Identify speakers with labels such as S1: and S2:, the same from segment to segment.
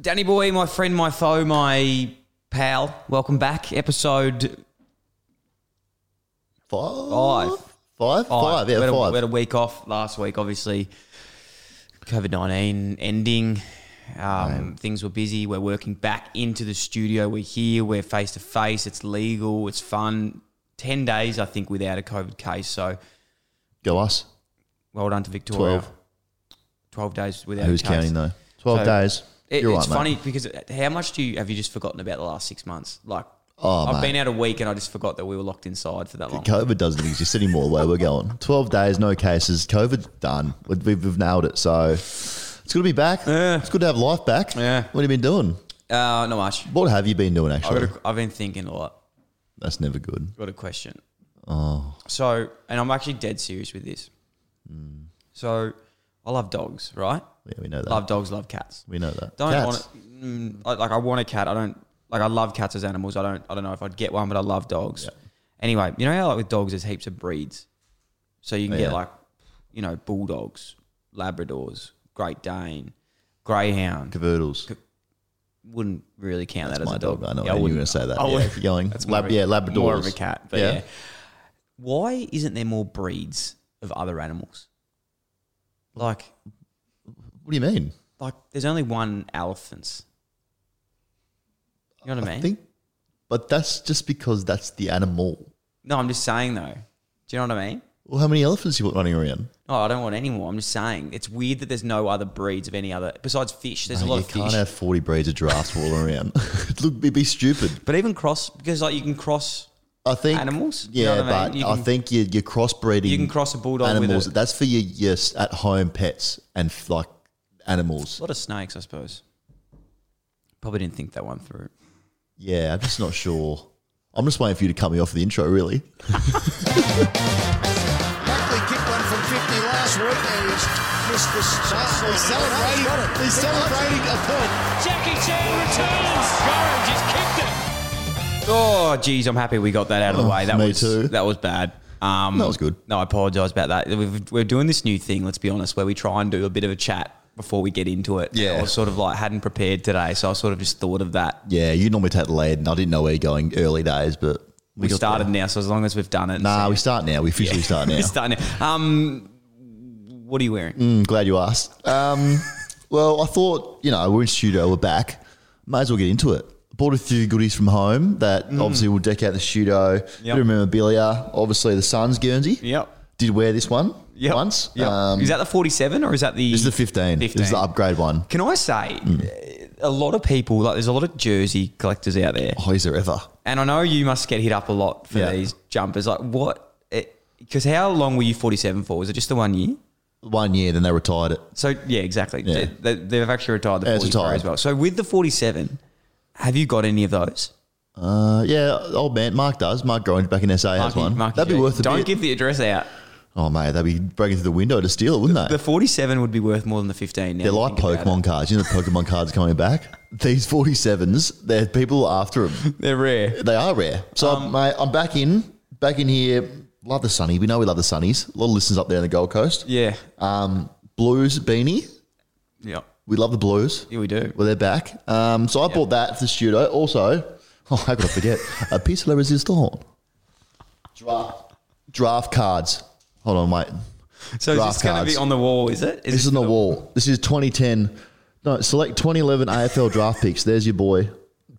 S1: Danny boy, my friend, my foe, my pal. Welcome back, episode
S2: Five?
S1: Five.
S2: Five?
S1: five.
S2: Five, yeah,
S1: we, had a,
S2: five.
S1: we had a week off last week, obviously. COVID nineteen ending. Um, things were busy. We're working back into the studio. We're here. We're face to face. It's legal. It's fun. Ten days, I think, without a COVID case. So
S2: Go us.
S1: well done to Victoria.
S2: 12.
S1: Twelve days without.
S2: Who's
S1: a case.
S2: counting though? Twelve
S1: So,
S2: days.
S1: It,
S2: You're
S1: it's
S2: right, mate.
S1: funny because uh, how much do you have you just forgotten about the last six months? Like,
S2: Oh,
S1: I've
S2: mate.
S1: been out a week and I just forgot that we were locked inside for that long.
S2: COVID doesn't exist anymore. Where we're going, twelve days, no cases. COVID's done. We've, we've, we've nailed it. So it's good to be back.
S1: Yeah.
S2: It's good to have life back.
S1: Yeah.
S2: What have you been doing?
S1: Uh, not much.
S2: What have you been doing
S1: I've,
S2: actually?
S1: got a, I've been thinking a lot.
S2: That's never good.
S1: Got a question. Oh. So, and I'm actually dead serious with this. So, I love dogs, right?
S2: Hmm. Yeah, we know that.
S1: Love dogs, love cats.
S2: we know that.
S1: Don't
S2: Cats.
S1: want mm, I- like I want a cat. I don't like I love cats as animals. I don't I don't know if I'd get one, but I love dogs. Anyway, you know how like with dogs there's heaps of breeds. So you can
S2: Yeah.
S1: get like you know, bulldogs, labradors, great dane, greyhound.
S2: Cavoodles.
S1: wouldn't really count that as
S2: my
S1: a dog.
S2: dog. I know.
S1: Yeah,
S2: I knew you
S1: wouldn't.
S2: were going to say that.
S1: I
S2: yeah,
S1: would-
S2: keep going.
S1: That's
S2: Lab,
S1: more of a-
S2: yeah, Labradors.
S1: More of a cat, but
S2: Yeah.
S1: yeah. Why isn't there more breeds of other animals? Like,
S2: What do you mean?
S1: like there's only one elephants. You know what I mean?
S2: I think, but that's just because that's the animal.
S1: no, I'm just saying though. Do you know what I mean?
S2: Well, how many elephants you want running around?
S1: No, I don't want any more. I'm just saying it's weird that there's no other breeds of any other besides fish. There's a
S2: Mate,
S1: lot
S2: you
S1: of
S2: can't
S1: fish,
S2: have 40 breeds of giraffes all around. Look, it'd be stupid.
S1: but even cross because like you can cross
S2: I think
S1: Animals? You
S2: Yeah,
S1: know what I mean?
S2: but
S1: You
S2: I
S1: can-
S2: think you're, you're crossbreeding.
S1: you can cross a bulldog
S2: animals.
S1: with a,
S2: That's for your, your s- at home pets and f- like animals.
S1: a lot of snakes, I suppose. Probably didn't think that one through.
S2: Yeah, I'm just not sure. I'm just waiting for you to cut me off the intro. Really,
S3: Buckley kicked one from 50 last week and he's missed the shot. He's celebrating, he's celebrating a point.
S4: Jackie Chan returns. Gorham just kicked it.
S1: Oh, geez, I'm happy we got that out of the
S2: Oh,
S1: way. That
S2: me
S1: was
S2: too.
S1: that was bad. Um,
S2: That was good.
S1: No, I apologise about that. We've, we're doing this new thing. Let's be honest, where we try and do a bit of a chat before we get into it.
S2: Yeah.
S1: I was sort of like hadn't prepared today, so I sort of just thought of that.
S2: yeah, you normally take the lead, and I didn't know where you're going early days, but we,
S1: We,
S2: got
S1: started
S2: there.
S1: now, so as long as we've done it,
S2: Nah,
S1: so-
S2: we start now. We officially start now.
S1: we're starting. Now. Um, what are you wearing?
S2: I'm glad you asked. Um, well, I thought, you know, we're in studio, we're back. Might as well get into it. Bought a few goodies from home that
S1: Mm.
S2: obviously will deck out the studio. Bit of memorabilia. Obviously, the Suns Guernsey.
S1: Yep.
S2: Did wear this one
S1: Yep.
S2: once.
S1: Yep.
S2: Um,
S1: is that the 47 or is that the?
S2: this is the 15. This is
S1: 15.
S2: the upgrade one.
S1: Can I say,
S2: Mm.
S1: a lot of people like there's a lot of jersey collectors out there.
S2: Oh, is there ever?
S1: And I know you must get hit up a lot for
S2: Yeah.
S1: these jumpers. Like what? Because how long were you 47 for? Was it just the one year?
S2: One year, then they retired it.
S1: So yeah, exactly.
S2: Yeah.
S1: They, they, have actually retired the
S2: Yeah,
S1: 43
S2: it's retired.
S1: as well. So with the 47, have you got any of those?
S2: Uh, yeah, old man, Mark does. Mark Grange back in SA has
S1: Marky-
S2: one.
S1: Marky
S2: that'd be
S1: J.
S2: worth a
S1: Don't
S2: bit.
S1: give the address out.
S2: oh, mate, they'd be breaking through the window to steal it, wouldn't they?
S1: The 47 would be worth more than the 15. now
S2: They're
S1: that I
S2: like
S1: think about it.
S2: Pokemon cards. You know, the Pokemon cards coming back. These 47s, they're people are after them.
S1: They're rare.
S2: They are rare. So,
S1: Um,
S2: mate, I'm back in, back in here. Love the sunny. We know we love the sunnies. A lot of listeners up there on the Gold Coast.
S1: Yeah.
S2: Um, blues beanie.
S1: Yeah.
S2: We love the blues.
S1: Yeah, we do.
S2: Well, they're back. Um, so I bought that for the studio. Also, oh, how could I forget? a piece of la resistance. Draft, draft cards. Hold on, mate.
S1: So it's
S2: draft
S1: just going to
S2: cards.
S1: be on the wall, is it?
S2: This
S1: it-
S2: is on the wall. This is 2010. No, select 2011 AFL draft picks. There's your boy.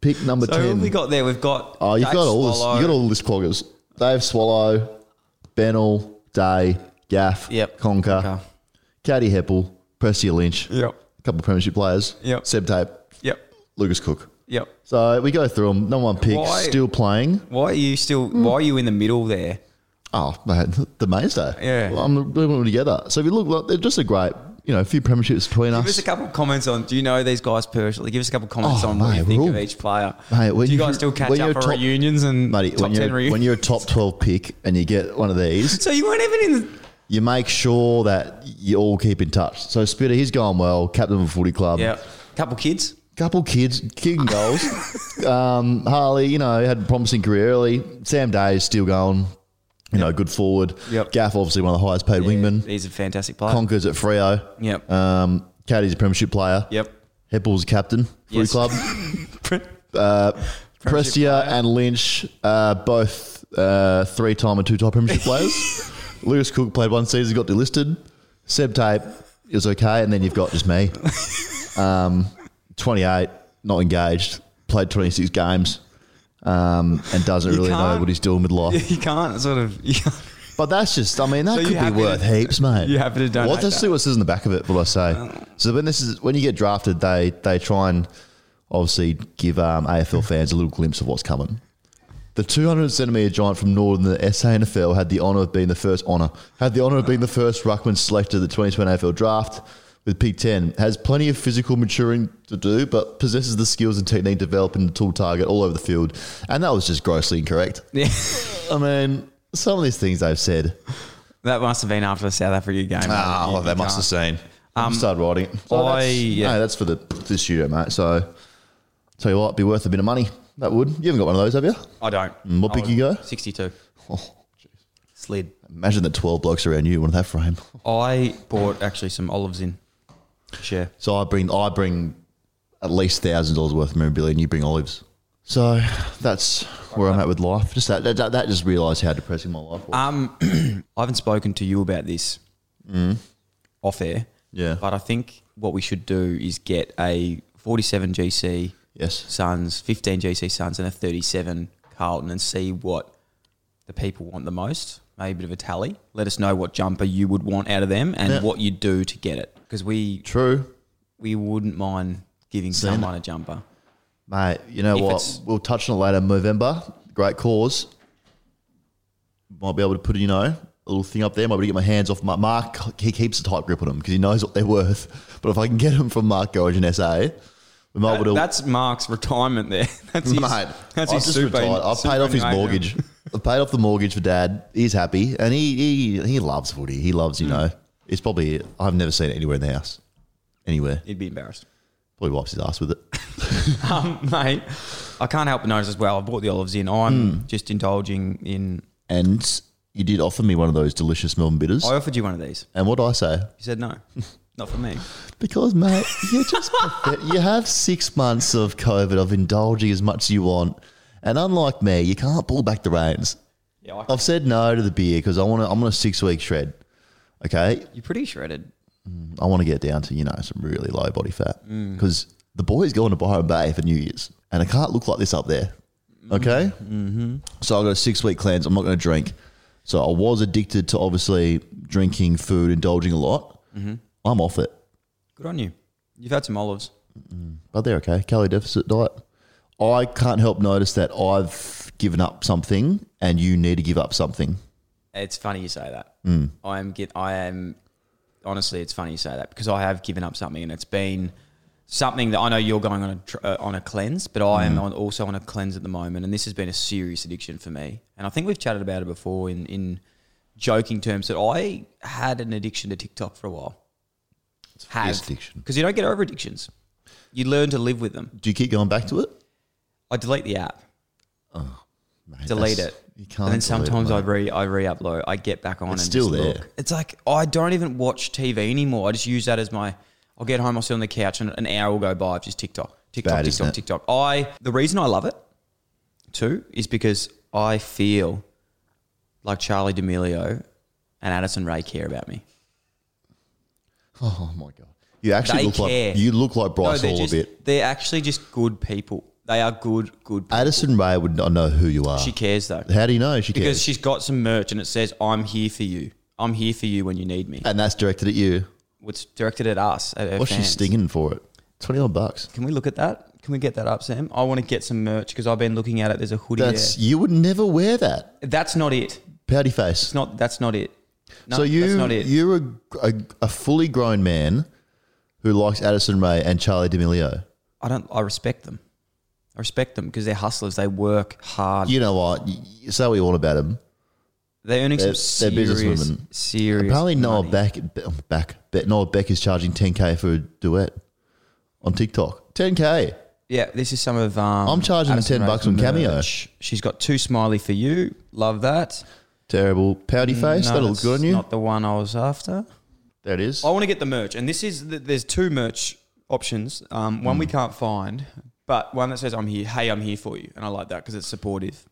S2: Pick number
S1: so who
S2: 10.
S1: have we got there? We've got.
S2: oh, you've
S1: Dave
S2: got all
S1: Swallow.
S2: this. You got all this cloggers. Dave Swallow, Bennell, Day, Gaff,
S1: Yep.
S2: Conker,
S1: Conker.
S2: Caddy Heppel, Prestia Lynch,
S1: Yep.
S2: a couple of premiership players,
S1: Yep.
S2: Seb Tape,
S1: Yep.
S2: Lucas Cook.
S1: Yep.
S2: So we go through them. No one picks.
S1: Why-
S2: Still playing.
S1: Why are you still? Why are you in the middle there?
S2: Oh, mate, the mainstay.
S1: Yeah.
S2: Well, I'm putting them together. So if you look, look, they're just a great, you know, a few premierships between
S1: Give us
S2: us.
S1: a couple of comments on. Do you know these guys personally? Give us a couple of comments
S2: Oh,
S1: on what
S2: mate,
S1: you think
S2: we're
S1: of
S2: all-
S1: each player.
S2: Mate, when
S1: do you
S2: you-
S1: guys still catch
S2: when
S1: up
S2: you're
S1: for
S2: top-
S1: reunions and
S2: Matey,
S1: top
S2: when,
S1: ten
S2: you're,
S1: reunions?
S2: when you're a top 12 pick and you get one of these,
S1: so you weren't even in. The,
S2: you make sure that you all keep in touch. So Spitter, he's going well, captain of a footy club.
S1: yeah, couple kids.
S2: Couple kids, kicking goals. um, Harley, you know, had a promising career early. Sam Day is still going, you know, good forward.
S1: Yep.
S2: Gaff, obviously one of the highest paid wingmen.
S1: He's a fantastic player.
S2: Conkers at Frio.
S1: Yep.
S2: Um, Caddy's a premiership player.
S1: yep.
S2: Heppel's captain, Footy
S1: Yes.
S2: Club. uh, Prestia and Lynch, uh, both uh, three time and two time premiership players. Lewis Cook played one season, got delisted. Seb Tape is okay, and then you've got just me. Um, 28, not engaged, played 26 games, um, and doesn't
S1: You
S2: really know
S1: can't-
S2: what he's doing with life.
S1: you can't sort of. You can't.
S2: But that's just, I mean, that
S1: So you
S2: could be
S1: happy to-
S2: worth heaps, mate.
S1: you happy to donate
S2: Well, let's
S1: that? Uh.
S2: see what says in the back of it. What I say. So when this is when you get drafted, they they try and obviously give um, AFL fans a little glimpse of what's coming. The 200 centimetre giant from Northern, the SANFL, had the honour of being the first honour. Had the honour of being the first ruckman selected at the 2020 AFL draft with pick 10. Has plenty of physical maturing to do, but possesses the skills and technique developed in the tool target all over the field. And that was just grossly incorrect.
S1: Yeah.
S2: I mean, some of these things they've said.
S1: That must have been after the South Africa game.
S2: Ah,
S1: You-
S2: well,
S1: you
S2: they must
S1: can't.
S2: have seen. Um, started writing. it. So
S1: I-
S2: that's,
S1: yeah.
S2: No, that's for the the studio, mate. So tell you what, it'd be worth a bit of money. That would. You haven't got one of those, have you?
S1: I don't.
S2: Mm, what
S1: I
S2: pick
S1: was-
S2: you go?
S1: 62.
S2: Oh,
S1: Slid.
S2: Imagine the twelve blokes around you. One of that frame.
S1: I bought actually some olives in. Share.
S2: So I bring I bring at least thousand dollars worth of memorabilia, and you bring olives. So that's where I'm at with life. Just that that, that just realised how depressing my life was.
S1: Um, I haven't spoken to you about this off air.
S2: Mm. Yeah.
S1: But I think what we should do is get a 47 GC
S2: yes.
S1: Suns, 15 GC Suns, and a 37 Carlton and see what the people want the most. Maybe a bit of a tally. Let us know what jumper you would want out of them and
S2: Yeah.
S1: what you'd do to get it. Because we
S2: True.
S1: we wouldn't mind giving
S2: Seen
S1: someone a jumper.
S2: Mate, you know
S1: If
S2: what?
S1: it's-
S2: We'll touch on it later. Movember, great cause. Might be able to put, you know, a little thing up there. Might be able to get my hands off Mark. Mark, he keeps a tight grip on them because he knows what they're worth. But if I can get them from Mark Gorge and SA, we might be able to.
S1: That's Mark's retirement there. That's his,
S2: Mate,
S1: that's
S2: I've
S1: his
S2: just
S1: super.
S2: retired. I've paid off his
S1: superannuation.
S2: mortgage. I've paid off the mortgage for dad. He's happy and he he, he loves footy. He loves,
S1: Hmm.
S2: you know, it's probably, I've never seen it anywhere in the house. Anywhere.
S1: He'd be embarrassed.
S2: Probably wipes his ass with it.
S1: Um, mate, I can't help but notice as well. I bought the olives in. I'm
S2: Hmm.
S1: just indulging in.
S2: And you did offer me one of those delicious Melbourne bitters.
S1: I offered you one of these.
S2: And what do I say?
S1: You said no, not for me.
S2: Because, mate, you're just pathetic. You have six months of COVID of indulging as much as you want. And unlike me, you can't pull back the reins.
S1: Yeah, I,
S2: I've said no to the beer because I want to. I'm on a six week shred. Okay,
S1: you're pretty shredded.
S2: I want to get down to you know some really low body fat because the boy's going to Byron Bay for New Year's, and I can't look like this up there. Okay, mm-hmm. so I've got a six week cleanse. I'm not going to drink. So I was addicted to obviously drinking, food, indulging a lot. I'm off it.
S1: Good on you. You've had some olives.
S2: but they're okay. Calorie deficit diet. I can't help notice that I've given up something, and you need to give up something.
S1: It's funny you say that.
S2: Mm.
S1: I am get. I am. Honestly, it's funny you say that because I have given up something, and it's been something that I know you're going on a tr- uh, on a cleanse, but I
S2: Mm.
S1: am on, also on a cleanse at the moment, and this has been a serious addiction for me. And I think we've chatted about it before in in joking terms that I had an addiction to TikTok for a while. It's
S2: fierce addiction.
S1: because you don't get over addictions. You learn to live with them.
S2: Do you keep going back to it?
S1: I delete the app.
S2: Mate,
S1: delete
S2: that's-
S1: it.
S2: You
S1: and then
S2: can't. delete it,
S1: sometimes I
S2: mate.
S1: re I re-upload. I get back on
S2: It's
S1: and
S2: still
S1: just
S2: there.
S1: Look. It's like I don't even watch TV anymore. I just use that as my. I'll get home. I'll sit on the couch, and an hour will go by of just TikTok, TikTok,
S2: Bad, isn't
S1: TikTok, TikTok. I the reason I love it too is because I feel like Charlie D'Amelio and Addison Ray care about me.
S2: Oh my god! You actually
S1: They
S2: look
S1: care.
S2: like you look like
S1: No,
S2: Bryce
S1: they're
S2: Hall
S1: just,
S2: a bit.
S1: They're actually just good people. They are good, good. people.
S2: Addison Ray would not know who you are.
S1: She cares though.
S2: How do you know she
S1: Because
S2: cares?
S1: she's got some merch and it says, I'm here for you. I'm here for you when you need me.
S2: and that's directed at you.
S1: It's directed at us. At her
S2: What's she
S1: fans.
S2: stinging for it? Twenty odd bucks.
S1: Can we look at that? Can we get that up, Sam? I want to get some merch because I've been looking at it. There's a hoodie
S2: That's
S1: there.
S2: you would never wear that
S1: That's not it.
S2: pouty face.
S1: It's not. That's not it. No,
S2: so you
S1: that's not it.
S2: you're a, a, a fully grown man who likes Addison Ray and Charlie D'Amelio.
S1: I don't. I respect them. I respect them because they're hustlers. They work hard.
S2: You know what? You you say what you want about him.
S1: they're earning
S2: they're-
S1: some
S2: they're
S1: serious,
S2: businesswomen.
S1: serious.
S2: Apparently, Noah
S1: money.
S2: Beck, Be- Beck, Be- Noah Beck is charging 10k for a duet on TikTok. 10k.
S1: Yeah, this is some of. Um,
S2: I'm charging them 10 bucks on Cameo.
S1: merch. She's got two smiley for you. Love that.
S2: Terrible pouty face.
S1: Mm, No,
S2: That'll look
S1: that's Oh,
S2: good on you.
S1: Not the one I was after.
S2: there it is.
S1: I want to get the merch, and this is th- there's two merch options. Um, one
S2: Hmm.
S1: we can't find, but one that says "I'm here." Hey, I'm here for you, and I like that because it's supportive.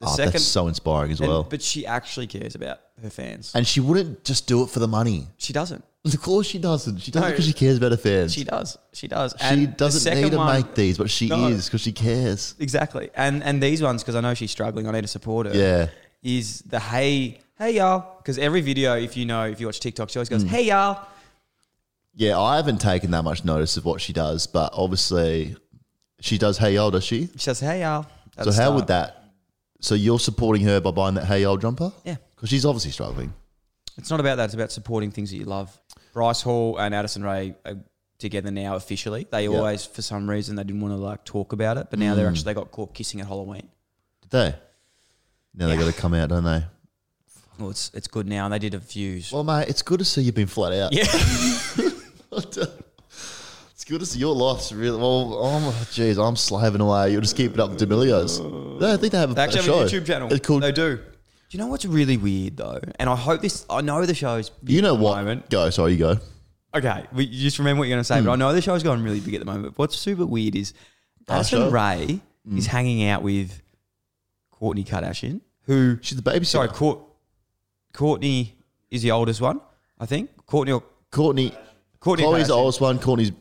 S1: The
S2: Oh,
S1: second,
S2: that's so inspiring as
S1: and-
S2: well.
S1: but she actually cares about her fans.
S2: and she wouldn't just do it for the money.
S1: she doesn't.
S2: Of course she doesn't. She does it
S1: No.
S2: because she cares about her fans.
S1: She
S2: She,
S1: does. She does. And the
S2: doesn't
S1: second
S2: need to
S1: one-
S2: make these, but she
S1: No.
S2: is because she cares.
S1: Exactly. And and these ones because I know she's struggling. I need to support her.
S2: Yeah.
S1: Is the hey hey y'all because every video if you know if you watch TikTok she always
S2: Hmm.
S1: goes hey y'all
S2: Yeah, I haven't taken that much notice of what she does, but obviously she does Hey Y'all, does she?
S1: she says hey y'all. at
S2: So
S1: the
S2: how
S1: start.
S2: would that? So you're supporting her by buying that Hey Y'all jumper?
S1: Yeah.
S2: Because she's obviously struggling.
S1: It's not about that. It's about supporting things that you love. Bryce Hall and Addison Ray are together now officially. They always, for some reason, they didn't want to like talk about it, but now
S2: Mm.
S1: they're actually they got caught kissing at Halloween.
S2: Did they? Now they got to come out, don't they?
S1: Well, it's it's good now, and they did a views.
S2: Well, mate, it's good to see you've been flat out.
S1: yeah,
S2: it's good to see your life's really. Well, oh, jeez, I'm slaving away. You'll just keep it up with D'Amelio's. No, I think they have a,
S1: they actually
S2: a
S1: have a
S2: show.
S1: YouTube channel.
S2: It's called.
S1: they do. Do you know what's really weird though? And I hope this. I know the show's. big
S2: you know
S1: at the
S2: what?
S1: Moment.
S2: Go, sorry, you go.
S1: Okay, we, you just remember what you're going to say. But
S2: Mm.
S1: I know the show's going really big at the moment. What's super weird is
S2: show? Mm.
S1: Addison Ray is hanging out with Courtney Kardashian, who
S2: She's the babysitter.
S1: Sorry, Court, Courtney is the oldest one, I think. Courtney or
S2: Courtney.
S1: Courtney.
S2: Chloe's the
S1: Kardashian.
S2: oldest one. Courtney's.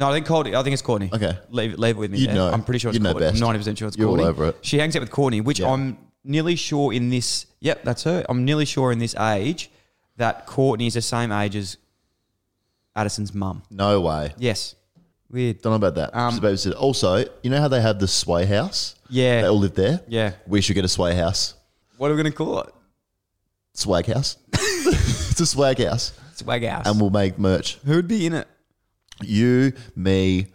S1: No, I think Courtney. I think it's Courtney.
S2: Okay.
S1: leave, it- leave it with me.
S2: You
S1: yeah.
S2: know.
S1: I'm pretty sure it's
S2: You know
S1: Courtney.
S2: best.
S1: I'm 90% sure it's
S2: You're all
S1: Courtney.
S2: over it.
S1: She hangs out with Courtney, which
S2: Yeah.
S1: I'm nearly sure in this. Yep, that's her. I'm nearly sure in this age that Courtney is the same age as Addison's mum.
S2: No way.
S1: Yes. Weird.
S2: Don't know about that.
S1: Um,
S2: She's a babysitter. Also, you know how they have the sway house?
S1: Yeah.
S2: They all live there?
S1: Yeah.
S2: We should get a sway house.
S1: What are we going to call it?
S2: Swag house. it's a swag house.
S1: Swag House.
S2: And we'll make merch.
S1: Who would be in it?
S2: You, me,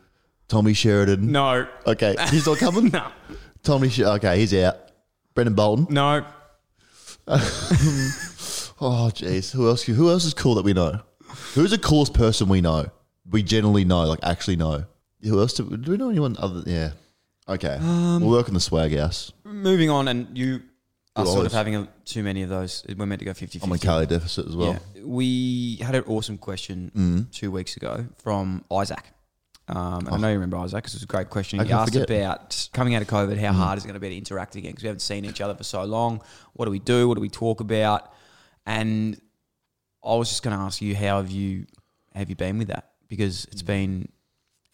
S2: Tommy Sheridan.
S1: No.
S2: Okay, he's not coming?
S1: No.
S2: Tommy, Sh- okay, he's out. Brendan Bolton.
S1: No.
S2: Oh, jeez. Who else? Who else is cool that we know? Who's the coolest person we know? We generally know, like actually know. Who else? Do, do we know anyone other? Yeah. Okay.
S1: Um,
S2: we'll work on the swag house.
S1: Moving on, and you are
S2: Good
S1: sort of
S2: olives.
S1: having a, too many of those. We're meant to go 50 50.
S2: I'm a calorie deficit as well.
S1: Yeah. We had an awesome question
S2: Mm.
S1: two weeks ago from Isaac. Um, and I know you remember Isaac because it was a great question.
S2: Oh. How
S1: He
S2: can I
S1: asked
S2: forget? Mm.
S1: about coming out of COVID, how hard is it going to be to interact again? Because we haven't seen each other for so long. What do we do? What do we talk about? And I was just going to ask you, how have you have you been with that? Because
S2: Mm.
S1: it's been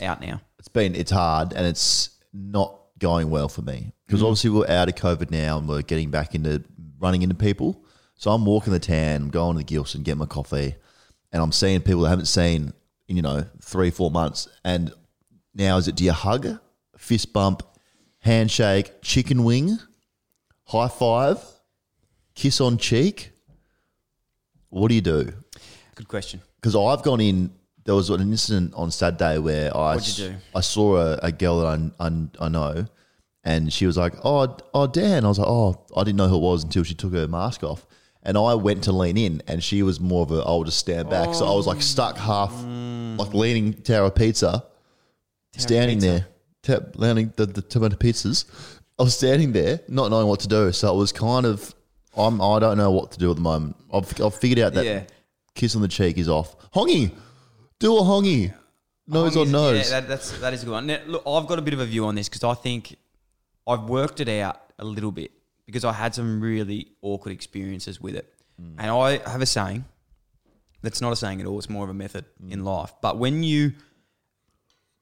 S1: out now.
S2: It's been it's hard and it's not going well for me because obviously we're out of COVID now and we're getting back into running into people. So I'm walking the tan, I'm going to the Gilson, getting my coffee, and I'm seeing people I haven't seen in you know three four months. And now is it? Do you hug, fist bump, handshake, chicken wing, high five, kiss on cheek? What do you do?
S1: Good question.
S2: because I've gone in. There was an incident on Saturday where I
S1: What'd you do?
S2: I saw a, a girl that I, I I know, and she was like, "Oh, oh, Dan." I was like, "Oh, I didn't know who it was until she took her mask off." And I went to lean in, and she was more of a, "I'll just stand back." So I was like stuck half,
S1: Mm.
S2: like leaning Tower of Pizza, standing there, tap, leaning the, the tomato pizzas. I was standing there, not knowing what to do. So it was kind of, I'm I don't know what to do at the moment. I've I've figured out that
S1: Yeah.
S2: kiss on the cheek is off. Hongi, do a hongi, nose on
S1: Hongies,
S2: nose.
S1: Yeah, that, that's that is a good one. Now, look, I've got a bit of a view on this because I think I've worked it out a little bit because I had some really awkward experiences with it,
S2: Mm.
S1: and I have a saying that's not a saying at all. It's more of a method in
S2: Mm.
S1: life. But when you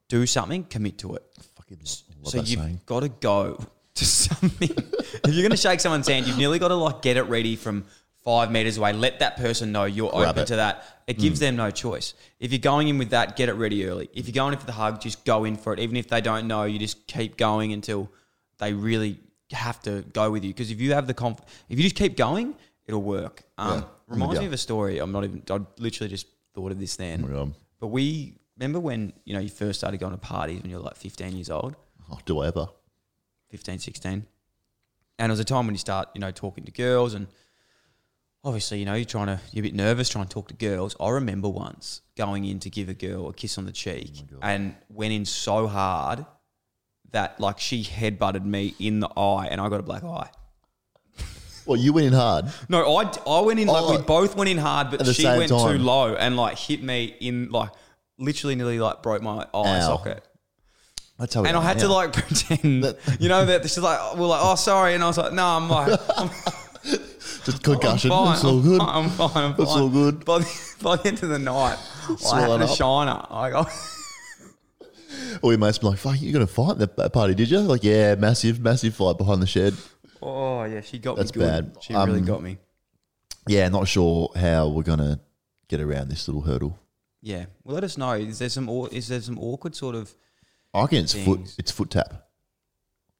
S1: do something, commit to it.
S2: Fucking love
S1: so
S2: that saying.
S1: you've got to go to something. if you're going to shake someone's hand, you've nearly got to like get it ready from five meters away. Let that person know you're
S2: Grab
S1: open
S2: it. Mm.
S1: to that. It gives them no choice. If you're going in with that, get it ready early. If you're going in for the hug, just go in for it. Even if they don't know, you just keep going until they really have to go with you. Because if you have the conf, if you just keep going, it'll work. Um,
S2: Yeah.
S1: Reminds
S2: Yeah.
S1: me of a story. I'm not even. I literally just thought of this then.
S2: Oh my God.
S1: But we remember when you know you first started going to parties when you were like 15 years old.
S2: Oh, do I ever?
S1: 15, 16. And it was a time when you start, you know, talking to girls and obviously, you know, you're trying to, you're a bit nervous trying to talk to girls. I remember once going in to give a girl a kiss on the cheek
S2: Oh
S1: and went in so hard that like she headbutted me in the eye and I got a black eye.
S2: Well, you went in hard.
S1: No, I, I went in, like,
S2: Oh.
S1: we both went in hard, but
S2: At the
S1: she
S2: same
S1: went
S2: time.
S1: too low and like hit me in like, literally nearly like broke my eye
S2: Ow.
S1: socket.
S2: That's how we
S1: And I
S2: are,
S1: had to
S2: yeah.
S1: like pretend, you know, that she's like, we're like, oh, sorry. And I was like, no, I'm like, I'm
S2: Just concussion.
S1: I'm fine.
S2: It's all
S1: I'm
S2: good.
S1: fine, I'm fine. I'm
S2: That's
S1: fine.
S2: all good.
S1: By the, by the end of the night, I had
S2: Swollen
S1: a
S2: up.
S1: shiner. I got,
S2: Or your mates be like, fuck, you got a fight in that party, did you? Like, yeah, massive, massive fight behind the shed.
S1: oh yeah, she got
S2: That's
S1: me good.
S2: bad.
S1: She really
S2: Um,
S1: got me.
S2: Yeah, not sure how we're going to get around this little hurdle.
S1: Yeah. Well, let us know. Is there some? aw- Is there some awkward sort of?
S2: I reckon it's
S1: Things.
S2: foot, it's foot tap.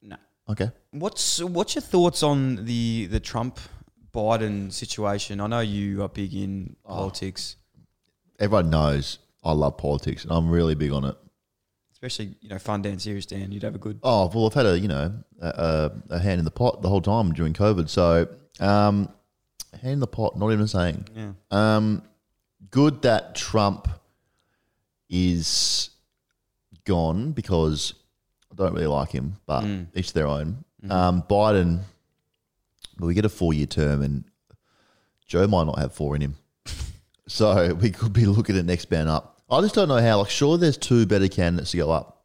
S1: No.
S2: Okay.
S1: What's What's your thoughts on the the Trump Biden situation? I know you are big in
S2: Oh.
S1: politics,
S2: Everyone knows I love politics and I'm really big on it.
S1: especially you know fun Dan, serious Dan. You'd have a good.
S2: Oh well, I've had a you know a, a, a hand in the pot the whole time during COVID. So um, hand in the pot, not even saying.
S1: Yeah.
S2: Um, good that Trump is gone because I don't really like him, but
S1: Mm.
S2: each their own.
S1: Mm-hmm.
S2: Um, Biden, well, we get a four year term, and Joe might not have four in him. So we could be looking at next man up. I just don't know how. Like, sure, there's two better candidates to go up.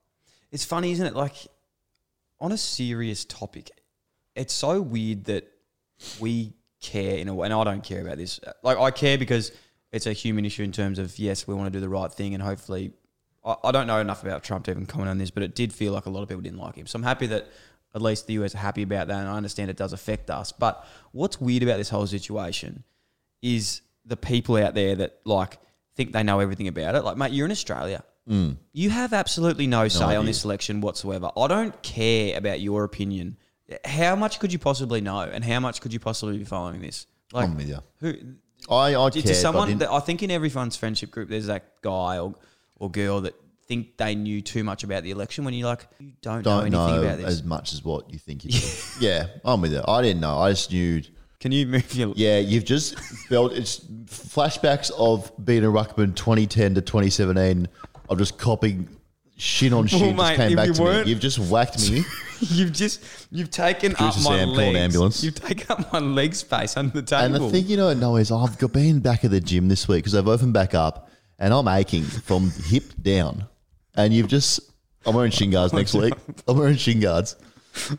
S1: It's funny, isn't it? Like on a serious topic, it's so weird that we care in a way, and I don't care about this. Like I care because it's a human issue in terms of yes, we want to do the right thing, and hopefully, I, I don't know enough about Trump to even comment on this, but it did feel like a lot of people didn't like him. So I'm happy that at least the US are happy about that, and I understand it does affect us. But what's weird about this whole situation is the people out there that like think they know everything about it. Like, mate, you're in Australia.
S2: Mm.
S1: You have absolutely no say on this election whatsoever. I don't care about your opinion. How much could you possibly know, and how much could you possibly be following this? Like,
S2: I'm with you.
S1: who
S2: I, I
S1: to
S2: cared, but I
S1: someone
S2: didn't-
S1: that I think in everyone's friendship group, there's that guy or or girl that think they knew too much about the election. When you're like, you don't, know
S2: don't
S1: anything
S2: know,
S1: about this.
S2: as much as what you think you do. yeah, I'm with it. I didn't know. I just knew.
S1: Can you move your?
S2: Yeah, you've just felt it's flashbacks of being a ruckman 2010 to 2017 of just copying shin on shin.
S1: mate,
S2: just came
S1: if
S2: back
S1: you
S2: to
S1: weren't-
S2: me. You've just whacked me.
S1: You've just you've taken up
S2: Producer
S1: my
S2: Sam, call an
S1: legs.
S2: ambulance.
S1: You've taken up my leg space under the table.
S2: and the thing you don't know is I've got been back at the gym this week because I've opened back up and I'm aching from hip down. And you've just. I'm wearing shin guards next week. I'm wearing shin guards.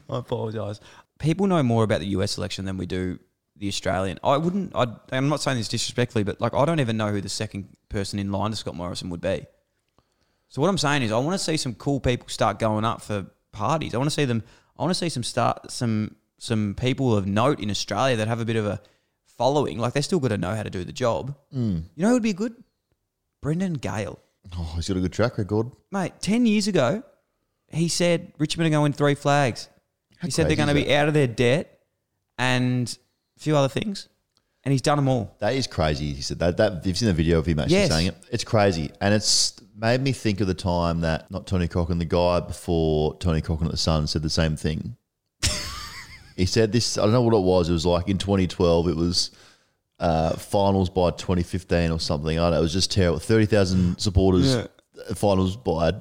S1: I apologise. People know more about the US election than we do the Australian. I wouldn't. I'd, I'm not saying this disrespectfully, but like I don't even know who the second person in line to Scott Morrison would be. So what I'm saying is, I want to see some cool people start going up for parties. I want to see them. I want to see some start some some people of note in Australia that have a bit of a following. Like they're still going to know how to do the job. You know, who would be good. Brendan Gale
S2: Oh, he's got a good track record.
S1: mate, 10 years ago, he said Richmond are going three flags. he said they're
S2: crazy
S1: going to
S2: is
S1: be out of their debt and a few other things. And he's done them all.
S2: That is crazy. He said that. That you've seen the video of him actually
S1: Yes.
S2: saying it. It's crazy, and it's made me think of the time that not Tony Cochran, the guy before Tony Cochran at the Sun, said the same thing. he said this. I don't know what it was. It was like in 2012. It was uh, finals by 2015 or something. I don't know. It was just terrible. 30,000 supporters.
S1: Yeah.
S2: uh, Finals by
S1: It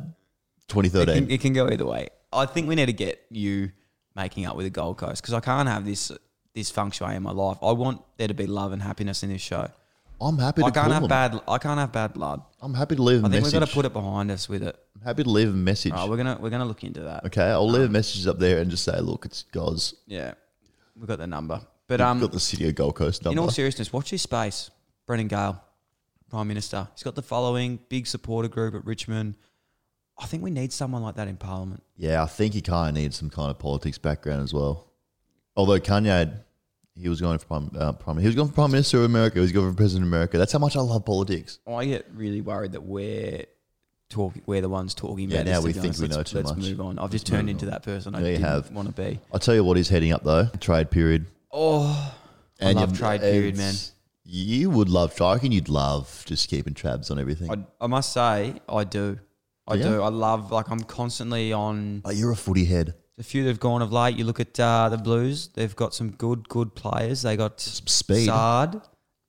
S1: can,
S2: 2013.
S1: it can go either way. I think we need to get you making up with the Gold Coast because I can't have this this feng shui in my life. I want there to be love and happiness in this show.
S2: I'm happy to.
S1: I can't
S2: call
S1: have
S2: them.
S1: bad. I can't have bad blood.
S2: I'm happy to leave a
S1: I think
S2: message.
S1: we've got to put it behind us with it.
S2: I'm happy to leave a message.
S1: All right, we're gonna we're gonna look into that.
S2: okay, I'll leave a message up there and just say, look, it's Goz.
S1: Yeah, we've got the number. But
S2: I've
S1: um,
S2: got the city of Gold Coast
S1: In
S2: number.
S1: all seriousness, watch his space. Brendan Gale, Prime Minister. He's got the following, big supporter group at Richmond. I think we need someone like that in Parliament.
S2: Yeah, I think he kind of needs some kind of politics background as well. Although Kanye, he was going for prime, uh, prime he was going for prime minister of America, he was going for president of America. That's how much I love politics.
S1: I get really worried that we're talking, we're the ones talking
S2: Yeah,
S1: about
S2: now
S1: this. to
S2: we
S1: be
S2: think
S1: honest.
S2: we know
S1: let's,
S2: too
S1: let's
S2: much.
S1: move on. I've just turned into that person I
S2: Yeah, you
S1: didn't
S2: have.
S1: want to be.
S2: I'll tell you what he's heading up though, trade period.
S1: Oh, love
S2: you've-
S1: trade period, man.
S2: it's- You would love trade. I reckon you'd love just keeping tabs on everything.
S1: I, I must say, I do. I
S2: Yeah.
S1: do. I love, like, I'm constantly on
S2: oh, you're a footy head.
S1: the few that have gone of late. You look at uh, the Blues; they've got some good, good players. They got
S2: speed.
S1: Sard,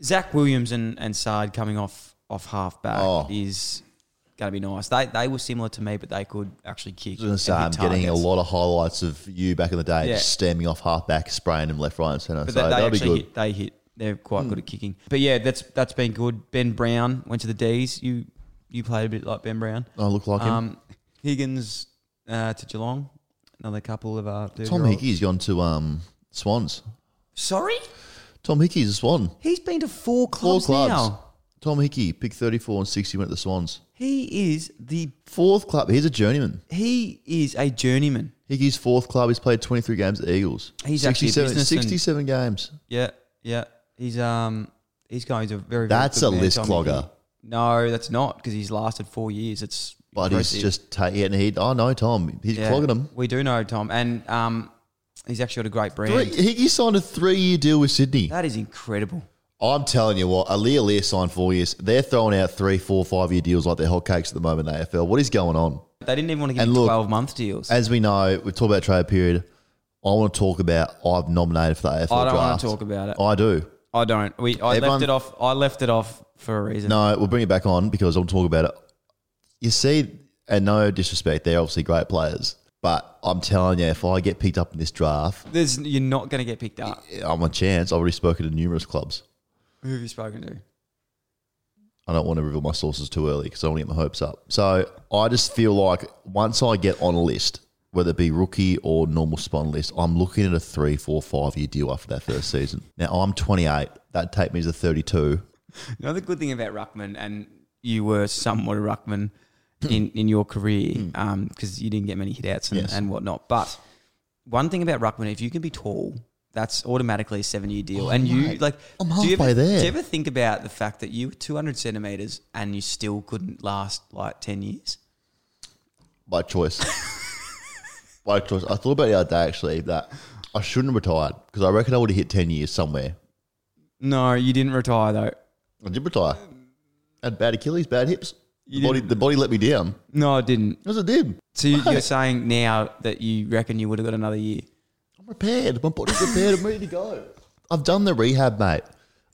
S1: Zach Williams, and and Sard coming off off half back
S2: Oh.
S1: is going to be nice. They they were similar to me, but they could actually kick.
S2: I was going to say, I'm
S1: and hit
S2: getting a
S1: targets.
S2: lot of highlights of you back in the day,
S1: Yeah.
S2: just standing off halfback, spraying him left, right, and centre.
S1: But they,
S2: so
S1: they
S2: that'll be
S1: actually
S2: good. Hmm.
S1: hit. They hit. They're quite good at kicking. But yeah, that's that's been good. Ben Brown went to the D's. You You played a bit like Ben Brown.
S2: I look like him.
S1: Um, Higgins uh, to Geelong. Another couple of uh,
S2: Tom
S1: Higgins.
S2: Hickey's gone to um, Swans.
S1: Sorry,
S2: Tom Hickey's a Swan.
S1: he's been to four
S2: Four
S1: clubs,
S2: clubs.
S1: now.
S2: Tom Hickey, pick 34 and 60, went to the Swans.
S1: He is the
S2: Fourth club. He's a journeyman.
S1: he is a journeyman.
S2: Hickey's fourth club. He's played 23 games at the Eagles.
S1: He's actually a businessman.
S2: 67 games.
S1: Yeah, yeah. He's um he's going to a very. very
S2: That's
S1: good
S2: a
S1: man,
S2: list
S1: Tom
S2: clogger.
S1: Hickey. No, that's not because he's lasted four years. It's
S2: But
S1: impressive.
S2: he's just taking and he. I know Tom. He's
S1: Yeah,
S2: clogging him.
S1: We do know Tom, and um, he's actually got a great brand.
S2: Three, Hickey signed a three-year deal with Sydney.
S1: That is incredible.
S2: I'm telling you what, Aaliyah Lear signed four years. They're throwing out three, four, five-year deals like they're hotcakes at the moment. in the AFL. What is going on?
S1: They didn't even want to give
S2: And
S1: him
S2: look-
S1: twelve month deals.
S2: As we know, we've talked about trade period. I want to talk about I've nominated for the AFL
S1: I don't want
S2: draft.
S1: to talk about it.
S2: I do.
S1: I don't. We I
S2: Everyone-
S1: left it off. I left it off for a reason.
S2: No, we'll bring it back on because I'll talk about it. You see, and no disrespect, they're obviously great players. But I'm telling you, if I get picked up in this draft, eh,
S1: There's, you're not going to get picked up.
S2: I'm a chance. I've already spoken to numerous clubs.
S1: Who have you spoken to?
S2: I don't want to reveal my sources too early because I want to get my hopes up. So I just feel like once I get on a list, whether it be rookie or normal spawn list, I'm looking at a three, four, five year deal after that first season. Now I'm 28. That'd take me to 32.
S1: Another good thing about Ruckman, and you were somewhat a Ruckman in, in your career because you didn't get many hitouts and,
S2: Yes.
S1: and whatnot. But one thing about Ruckman, if you can be tall, that's automatically a seven year deal. and you,
S2: mate,
S1: like,
S2: I'm
S1: do you ever,
S2: halfway there.
S1: Do you ever think about the fact that you were 200 centimeters and you still couldn't last like 10 years?
S2: By choice. By choice. I thought about it the other day actually that I shouldn't have retired because I reckon I would have hit 10 years somewhere.
S1: No, you didn't retire though.
S2: I did retire. Had bad Achilles, bad hips. The
S1: You
S2: body,
S1: didn't-
S2: the body let me down.
S1: No, I didn't.
S2: Yes, it did.
S1: So you, you're
S2: Mate.
S1: saying now that you reckon you would have got another year?
S2: I'm prepared. My body's prepared. I'm ready to go. I've done the rehab, mate.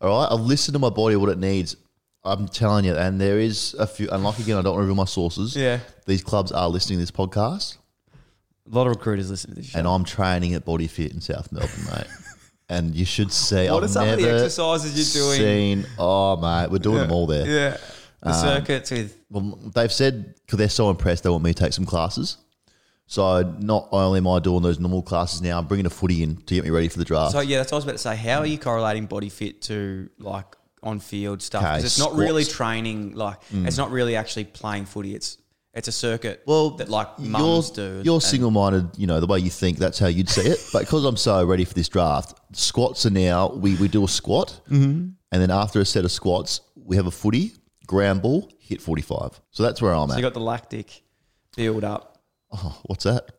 S2: All right. I've listened to my body, what it needs. I'm telling you. And there is a few, and like again, I don't want to reveal my sources.
S1: Yeah.
S2: These clubs are listening to this podcast,
S1: A lot of recruiters listen to this show.
S2: and I'm training at Body Fit in South Melbourne, mate. And you should see.
S1: What
S2: I've
S1: are some of the
S2: never
S1: exercises you're doing?
S2: Seen, oh, mate. We're doing them all there. Um,
S1: Yeah. The circuits with
S2: Well, they've said because they're so impressed, they want me to take some classes. So not only am I doing those normal classes now, I'm bringing a footy in to get me ready for the draft.
S1: So yeah, that's what I was about to say. How are
S2: Mm.
S1: you correlating body fit to like on field stuff? 'Cause
S2: Okay,
S1: it's not really
S2: squats. Mm.
S1: training. Like it's not really actually playing footy. It's it's a circuit.
S2: Well,
S1: that like
S2: you're-
S1: mums do.
S2: You're
S1: and-
S2: single-minded, you know, the way you think, that's how you'd see it. But because I'm so ready for this draft, squats are now, we, we do a squat,
S1: Mm-hmm.
S2: and then after a set of squats, we have a footy, ground ball, hit 45. So that's where I'm
S1: So
S2: at.
S1: you got the lactic build up.
S2: oh, what's that?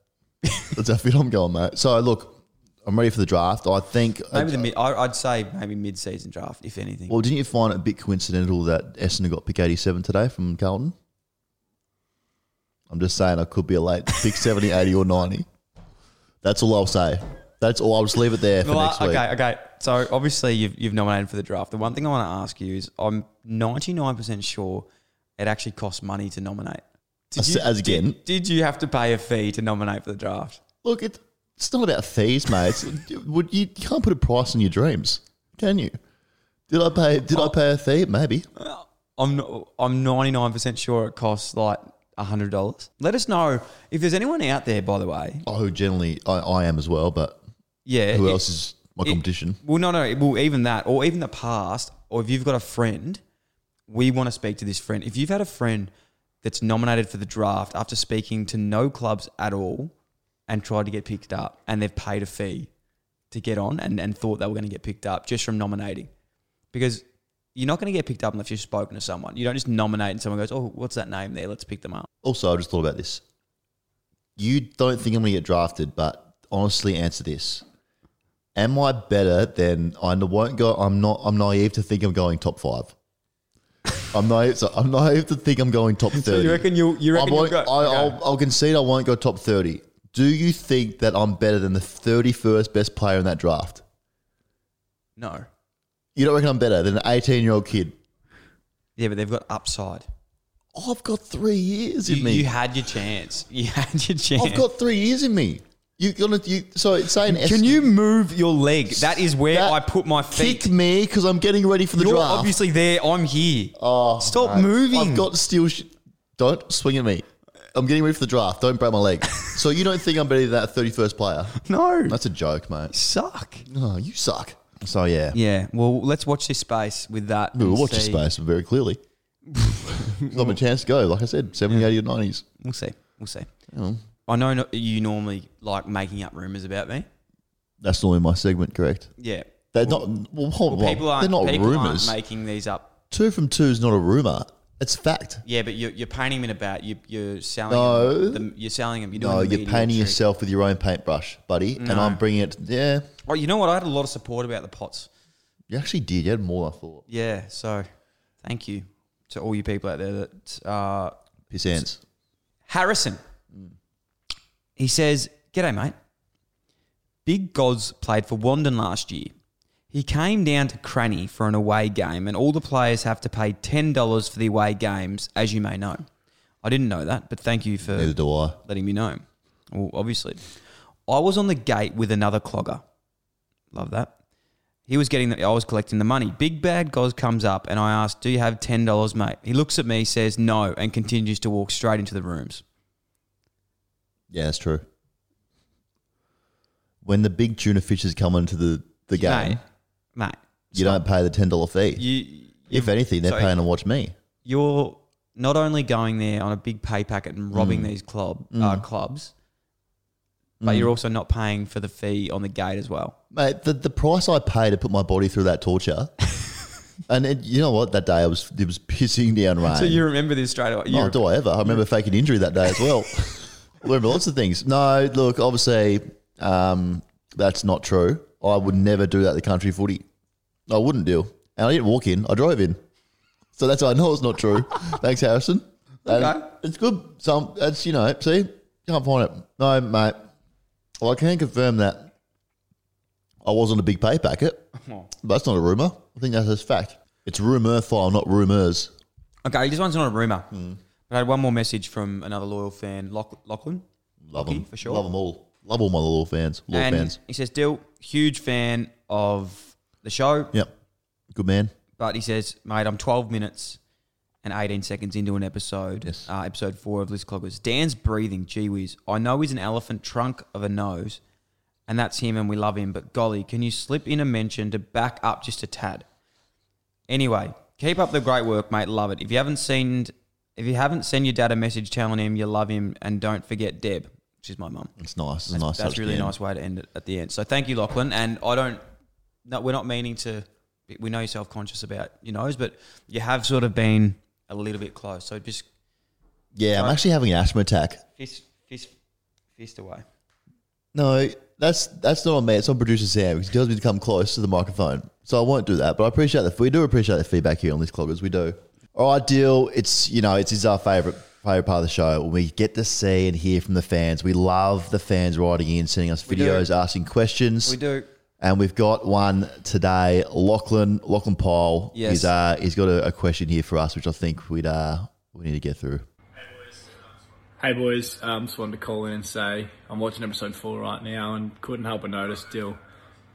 S2: that's how fit I'm going, mate. So look, I'm ready for the draft. I think...
S1: Maybe the mid. I, I'd say maybe mid season draft, if anything.
S2: well, didn't you find it a bit coincidental that Essendon got pick 87 today from Carlton? I'm just saying I could be a late pick 70, 80 or 90. That's all I'll say. That's all. I'll just leave it there for
S1: Well,
S2: next
S1: I-
S2: week.
S1: okay, okay. So obviously you've you've nominated for the draft. The one thing I want to ask you is, I'm 99 percent sure it actually costs money to nominate. Did
S2: As- as
S1: did-
S2: again.
S1: did you have to pay a fee to nominate for the draft?
S2: Look, it, it's not about fees, mate. It's- would you, you can't put a price on your dreams, can you? Did I pay? Did I pay a fee? Maybe.
S1: I'm not, I'm 99% sure it costs like $100. Let us know if there's anyone out there, by the way.
S2: Oh, generally, I, I am as well. But
S1: Yeah.
S2: who
S1: it-
S2: else is my
S1: it-
S2: competition?
S1: Well, no, no. it- Well, even that, or even the past, or if you've got a friend, we want to speak to this friend. If you've had a friend that's nominated for the draft after speaking to no clubs at all and tried to get picked up and they've paid a fee to get on and, and thought they were going to get picked up just from nominating. Because you're not going to get picked up unless you've spoken to someone. You don't just nominate and someone goes, oh, what's that name there? Let's pick them up.
S2: Also, I just thought about this. You don't think I'm going to get drafted, but honestly, answer this: Am I better than I won't go? I'm not. I'm naive to think I'm going top five. I'm naive. So I'm naive to think I'm going top thirty.
S1: You reckon you'll, you
S2: I
S1: reckon you'll
S2: won't,
S1: go?
S2: I,
S1: Okay.
S2: I'll, I'll concede I won't go top 30. Do you think that I'm better than the 31st best player in that draft?
S1: no.
S2: You don't reckon I'm better than an 18 year old kid?
S1: Yeah, but they've got upside.
S2: I've got three years in
S1: You,
S2: me.
S1: you had your chance. You had your chance.
S2: I've got three years in me. You gonna you? So say an F.
S1: Can you move your leg? That is where
S2: That-
S1: I put my feet.
S2: kick me because I'm getting ready for the
S1: You're
S2: draft?
S1: obviously there. I'm here.
S2: Oh,
S1: Stop
S2: mate.
S1: moving.
S2: I've got to steal. Sh- don't swing at me. I'm getting ready for the draft. Don't break my leg. so you don't think I'm better than that 31st player?
S1: no.
S2: That's a joke, mate.
S1: suck.
S2: No, you suck. So yeah,
S1: Yeah. Well, let's watch this space with that.
S2: we'll
S1: and
S2: watch the
S1: see.
S2: space very clearly. Not a chance to go. Like I said, 70, 80, or 90s.
S1: We'll see. We'll see.
S2: Um.
S1: I know no- you normally like making up rumors about me.
S2: That's normally my segment, correct?
S1: Yeah.
S2: They're not. Well, hold on.
S1: People aren't.
S2: They're not
S1: people
S2: rumors.
S1: aren't making these up.
S2: two from two is not a rumor. It's fact.
S1: Yeah, but you're, you're painting them in a bat. You, you're selling.
S2: No.
S1: Them, the, you're selling them. You're doing.
S2: No,
S1: the
S2: Oh, you're
S1: media
S2: painting
S1: trick.
S2: yourself with your own paintbrush, buddy. And I'm bringing it. Yeah,
S1: Oh, you know what? I had a lot of support about the pots.
S2: you actually did. You had more. than I thought.
S1: Yeah. So, thank you to all you people out there that uh,
S2: Piss ants.
S1: Harrison.
S2: Mm.
S1: He says, G'day, mate. Big Gods played for Wandon last year. He came down to Cranny for an away game, and all the players have to pay $10 for the away games, as you may know. I didn't know that, but thank you for
S2: Neither do I.
S1: letting me know. Well, obviously. I was on the gate with another clogger. Love that. He was getting the, I was collecting the money. Big bad Goz comes up and I ask, Do you have ten dollars, mate? He looks at me, says no, and continues to walk straight into the rooms.
S2: Yeah, that's true. When the big tuna fishers come into the, the game,
S1: Mate, mate.
S2: you don't pay the ten dollar fee.
S1: You
S2: if anything, they're
S1: so-
S2: paying to watch me.
S1: you're not only going there on a big pay packet and robbing these club uh, clubs, but you're also not paying for the fee on the gate as well.
S2: Mate, the, the price I pay to put my body through that torture. and it, you know what? That day I was it was pissing down rain.
S1: So you remember this straight away. You
S2: oh,
S1: rem-
S2: do I ever? I remember faking injury that day as well. remember lots of things. No, look, obviously, um, that's not true. I would never do that to country footy. I wouldn't do. And I didn't walk in, I drove in. So that's how I know it's not true. Thanks, Harrison. And
S1: Okay.
S2: It's good. Some that's you know, see, can't find it. No, mate. Well, I can confirm that I was on a big pay packet. That's not a rumour. I think that's a fact. It's rumour file, not rumours.
S1: Okay, this one's not a rumor. But I had one more message from another loyal fan, Loch- Lachlan.
S2: Love
S1: Lucky,
S2: them
S1: for sure.
S2: Love them all. Love all my little fans. Little
S1: and
S2: fans.
S1: he says, Dill, huge fan of the show.
S2: Yep. Good man.
S1: But he says, mate, I'm 12 minutes and 18 seconds into an episode,
S2: Yes.
S1: uh, episode four of List Cloggers. Dan's breathing, gee whiz. I know he's an elephant trunk of a nose, and that's him, and we love him. But golly, can you slip in a mention to back up just a tad? Anyway, keep up the great work, mate. Love it. If you haven't seen, if you haven't sent your dad a message telling him you love him, and don't forget Deb, which is my mum.
S2: It's nice. It's a nice.
S1: That's
S2: touch,
S1: really
S2: man.
S1: nice way to end it at the end. So thank you, Lachlan. And I don't, no, we're not meaning to. We know you're self conscious about your nose, but you have sort of been a little bit close. So just
S2: Yeah, I'm actually having an asthma attack.
S1: fist, fist, fist away.
S2: No, that's that's not on me. It's on producer Sam because he tells me to come close to the microphone. So I won't do that. But I appreciate that. We do appreciate the feedback here on these cloggers. We do. All right, deal. It's you know it's, it's our favorite favorite part of the show when we get to see and hear from the fans. We love the fans writing in, sending us
S1: do.
S2: videos, asking questions.
S1: We do.
S2: And we've got one today. Lachlan Lachlan Pyle.
S1: Yes.
S2: He's, uh, he's got a, a question here for us, which I think we'd uh, we need to get through.
S5: Hey boys, um, just wanted to call in and say I'm watching episode four right now and couldn't help but notice still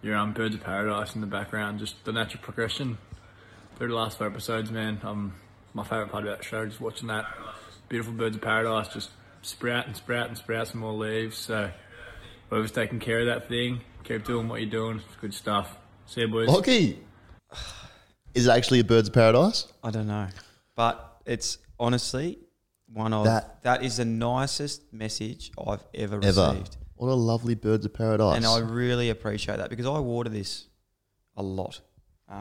S5: your um, Birds of Paradise in the background, just the natural progression through the last four episodes, man. Um, my favourite part about the show, just watching that beautiful Birds of Paradise just sprout and sprout and sprout some more leaves. So whoever's taking care of that thing, keep doing what you're doing. It's good stuff. See you boys.
S2: Lockie, is it actually a Birds of Paradise?
S1: I don't know, but it's honestly one of
S2: That-
S1: that is the nicest message I've ever received,
S2: Ever. What a lovely Birds of Paradise.
S1: and I really appreciate that because I water this a lot.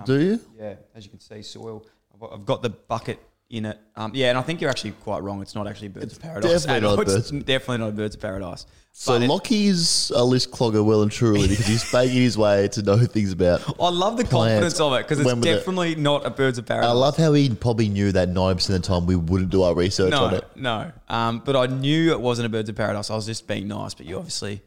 S2: Do you?
S1: Yeah, as you can see, soil. I've got- I've got the bucket in it. Um, yeah, and I think you're actually quite wrong. It's not actually Birds of Paradise.
S2: definitely
S1: at all.
S2: not
S1: It's definitely not Birds of Paradise.
S2: So
S1: But it-
S2: Lockie's a list clogger well and truly because he's faking his way to know things about.
S1: I love the
S2: plants
S1: confidence of it because it's
S2: when with it.
S1: definitely not a Birds of Paradise.
S2: I love how he probably knew that 90% of the time we wouldn't do our research on
S1: no,
S2: it.
S1: no. Um, but I knew it wasn't a Birds of Paradise. I was just being nice. But you obviously,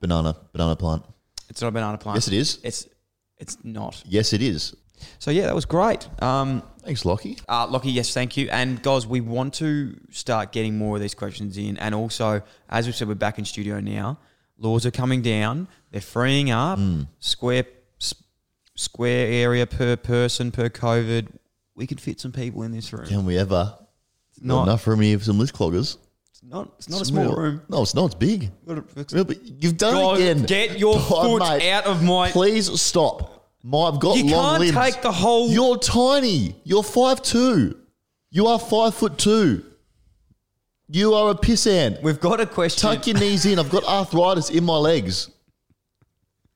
S2: Banana, banana plant.
S1: it's not a banana plant.
S2: Yes, it is.
S1: It's it's not.
S2: Yes, it is.
S1: So yeah, that was great. Um,
S2: Thanks, Lockie.
S1: Uh, Lockie, yes, thank you. And guys, we want to start getting more of these questions in. And also, as we said, we're back in studio now. Laws are coming down. They're freeing up
S2: Mm.
S1: square s- square area per person per COVID. We can fit some people in this room.
S2: Can we ever? Not,
S1: not-
S2: enough room here for some list cloggers.
S1: It's not it's not a small
S2: real-
S1: room.
S2: No, it's not. It's big. Real big. You've done
S1: Go,
S2: it again.
S1: get your foot out of my-
S2: Please stop. My, I've got
S1: You
S2: long
S1: can't
S2: limbs.
S1: take the whole.
S2: You're tiny. You're five two. You are five foot two. You are a pissant.
S1: We've got a question.
S2: Tuck your knees in. I've got arthritis in my legs.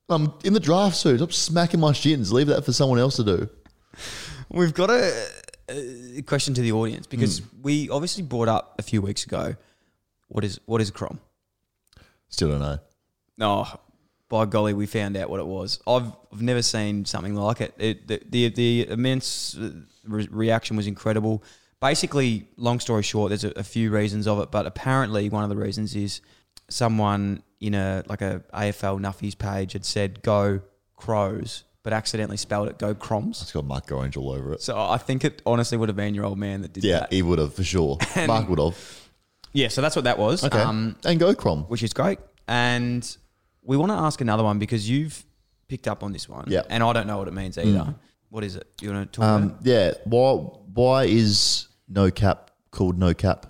S2: I'm in the draft suit. Stop smacking my shins. Leave that for someone else to do.
S1: We've got a, a question to the audience
S2: Mm.
S1: because we obviously brought up a few weeks ago what is what is a crom.
S2: Still don't know.
S1: Oh, by golly, we found out what it was. I've, I've never seen something like it. it the, the, the immense uh, re- reaction was incredible. Basically, long story short, there's a, a few reasons of it, but apparently one of the reasons is someone in a like a AFL Nuffies page had said "Go Crows," but accidentally spelled it "Go Croms."
S2: It's got Mark Orange all over it.
S1: So I think it honestly would have been your old man that did
S2: Yeah,
S1: that.
S2: he would have for sure. Mark would have.
S1: Yeah, so that's what that was.
S2: Okay.
S1: Um,
S2: and go Crom.
S1: which is great. And we want to ask another one because you've picked up on this one.
S2: Yeah. Mm.
S1: And I don't know what it means either. What is it? You want to talk about
S2: Um, yeah. Why? Why is no cap called no cap?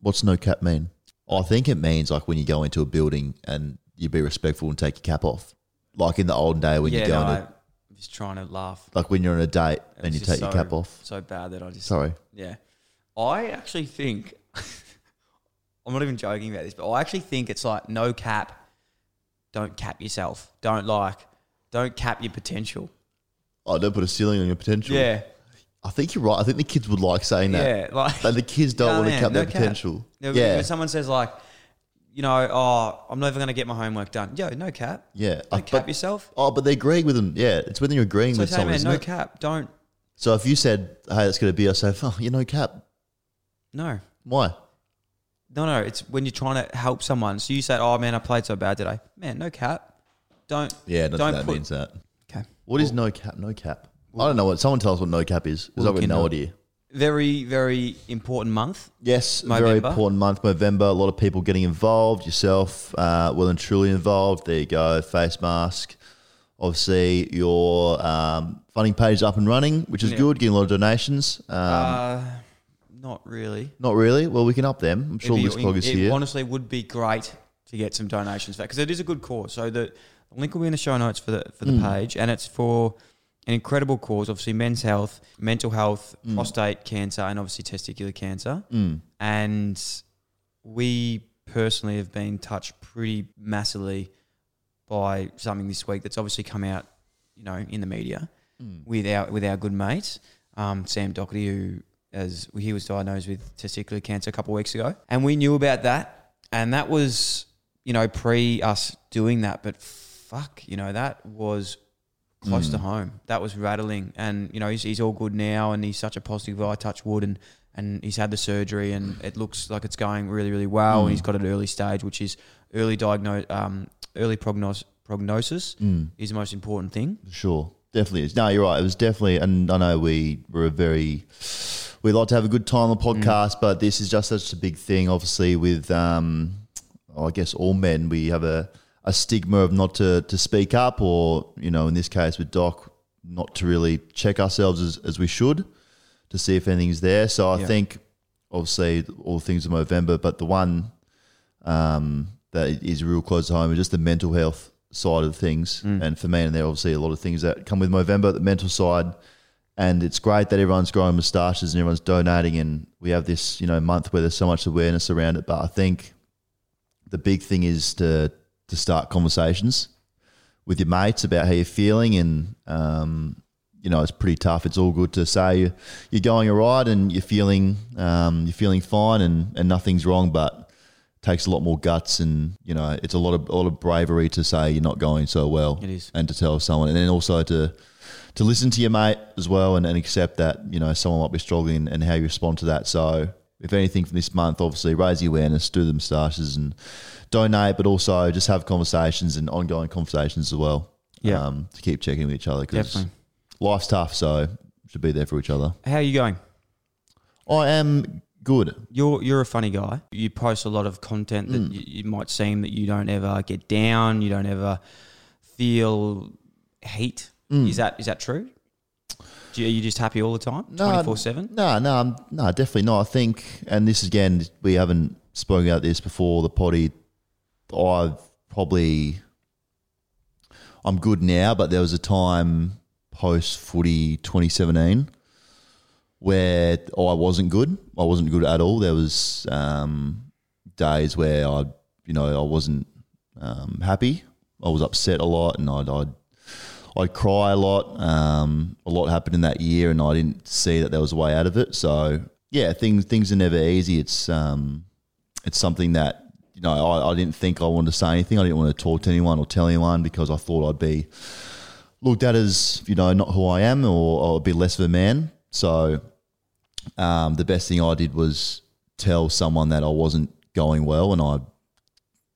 S2: What's no cap mean? I think it means like when you go into a building and you be respectful and take your cap off, like in the olden day when
S1: it? Yeah,
S2: you go
S1: no,
S2: into,
S1: I- I'm just trying to laugh.
S2: like when you're on a date and
S1: It's
S2: you
S1: just
S2: take your
S1: so-
S2: cap off.
S1: So bad that I just.
S2: Sorry.
S1: Yeah. I actually think, I'm not even joking about this, but I actually think it's like no cap, don't cap yourself. Don't like, don't cap your potential.
S2: Oh, don't put a ceiling on your potential.
S1: Yeah.
S2: I think you're right. I think the kids would like saying that.
S1: Yeah. Like,
S2: But the kids don't
S1: No,
S2: want to
S1: man,
S2: cap
S1: no
S2: their potential.
S1: No,
S2: yeah.
S1: When someone says like, you know, oh, I'm never going to get my homework done. Yo, no cap.
S2: yeah.
S1: Don't
S2: Uh,
S1: cap
S2: but-
S1: yourself.
S2: Oh, but they're agreeing with them. Yeah, it's when you're agreeing
S1: So
S2: with
S1: say,
S2: someone.
S1: man,
S2: isn't
S1: no
S2: it?
S1: cap. Don't.
S2: So if you said, "Hey, that's going to be," I say, "Oh, you're no cap.
S1: No.
S2: Why?"
S1: No, no. It's when you're trying to help someone. So you say, oh man, I played so bad today. Man, no cap. Don't.
S2: Yeah,
S1: don't
S2: don't that
S1: put-
S2: means that.
S1: Okay.
S2: What is no cap? No cap. I don't know what. Someone tell us what no cap is. Because
S1: We'll
S2: I've got no
S1: kindle.
S2: idea.
S1: Very, very important month.
S2: Yes, very
S1: Movember.
S2: important month, November. A lot of people getting involved. Yourself, uh, well and truly involved. There you go. Face mask. Obviously, your um, funding page is up and running, which is good. Getting a lot of donations. Um,
S1: Not really.
S2: not really. Well, we can up them. I'm sure
S1: It'd be-
S2: List Clog is
S1: it
S2: here.
S1: honestly would be great to get some donations for that because it is a good cause. So the link will be in the show notes for the for
S2: Hmm.
S1: the page, and it's for an incredible cause. Obviously, men's health, mental health,
S2: Hmm.
S1: prostate cancer, and obviously testicular cancer. And we personally have been touched pretty massively by something this week that's obviously come out, you know, in the media with our with our good mate um, Sam Doherty, who as he was diagnosed with testicular cancer a couple of weeks ago, and we knew about that, and that was you know pre us doing that, but fuck, you know that was close to home. That was rattling, and you know he's, he's all good now, and he's such a positive guy. Touch wood, and and he's had the surgery, and it looks like it's going really, really well. And he's got an early stage, which is early diagnose, um, early prognos- prognosis is the most important thing.
S2: Sure, definitely is. No, you're right. It was definitely, and I know we were a very, we like to have a good time on the podcast, but this is just such a big thing. Obviously, with um, I guess all men, we have a, a stigma of not to to speak up, or you know, in this case with Doc, not to really check ourselves as, as we should to see if anything's there. So I think obviously all things in November, but the one um, that is real close to home is just the mental health side of things. And for me, and there are obviously a lot of things that come with Movember, the mental side. And it's great that everyone's growing moustaches and everyone's donating, and we have this you know month where there's so much awareness around it. But I think the big thing is to to start conversations with your mates about how you're feeling and um, you know it's pretty tough it's all good to say you're going all right and you're feeling um, you're feeling fine and, and nothing's wrong but it takes a lot more guts and you know it's a lot of a lot of bravery to say you're not going so well
S1: It is.
S2: and to tell someone and then also to to listen to your mate as well and, and accept that you know someone might be struggling and how you respond to that so if anything from this month obviously raise the awareness do the moustaches and donate but also just have conversations and ongoing conversations as well
S1: Yeah.
S2: um, to keep checking with each other because
S1: Definitely.
S2: life's tough so should be there for each other
S1: How are you going?
S2: i am good.
S1: You're you're a funny guy. You post a lot of content that you, you might seem that you don't ever get down. You don't ever feel hate. Is that is that true? Do you, are you just happy all the time, twenty four seven?
S2: No, no, I'm- no, definitely not. I think, and this again, we haven't spoken about this before the potty. I've probably, I'm good now, but there was a time post footy 2017 where I wasn't good. I wasn't good at all. There was um, days where I, you know, I wasn't um, happy. I was upset a lot, and I'd, I'd I'd cry a lot. Um, a lot happened in that year, and I didn't see that there was a way out of it. So yeah, things things are never easy. It's um, it's something that you know I, I didn't think I wanted to say anything. I didn't want to talk to anyone or tell anyone because I thought I'd be looked at as you know not who I am, or I'd be less of a man. So um, the best thing I did was tell someone that I wasn't going well, and I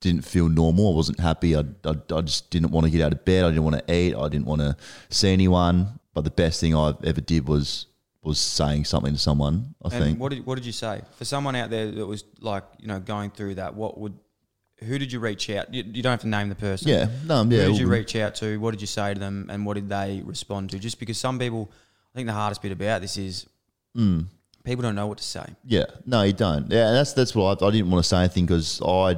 S2: didn't feel normal. I wasn't happy. I, I, I just didn't want to get out of bed. I didn't want to eat. I didn't want to see anyone. But the best thing I ever did was was saying something to someone. I
S1: And
S2: think
S1: what did what did you say for someone out there that was like you know going through that? What would who did you reach out? You, you don't have to name the person.
S2: Yeah, no,
S1: Who
S2: yeah.
S1: did you reach out to? What did you say to them? And what did they respond to? Just because some people, I think the hardest bit about this is
S2: Mm.
S1: people don't know what to say.
S2: Yeah, no, you don't. Yeah, and that's that's what I, I didn't want to say anything because I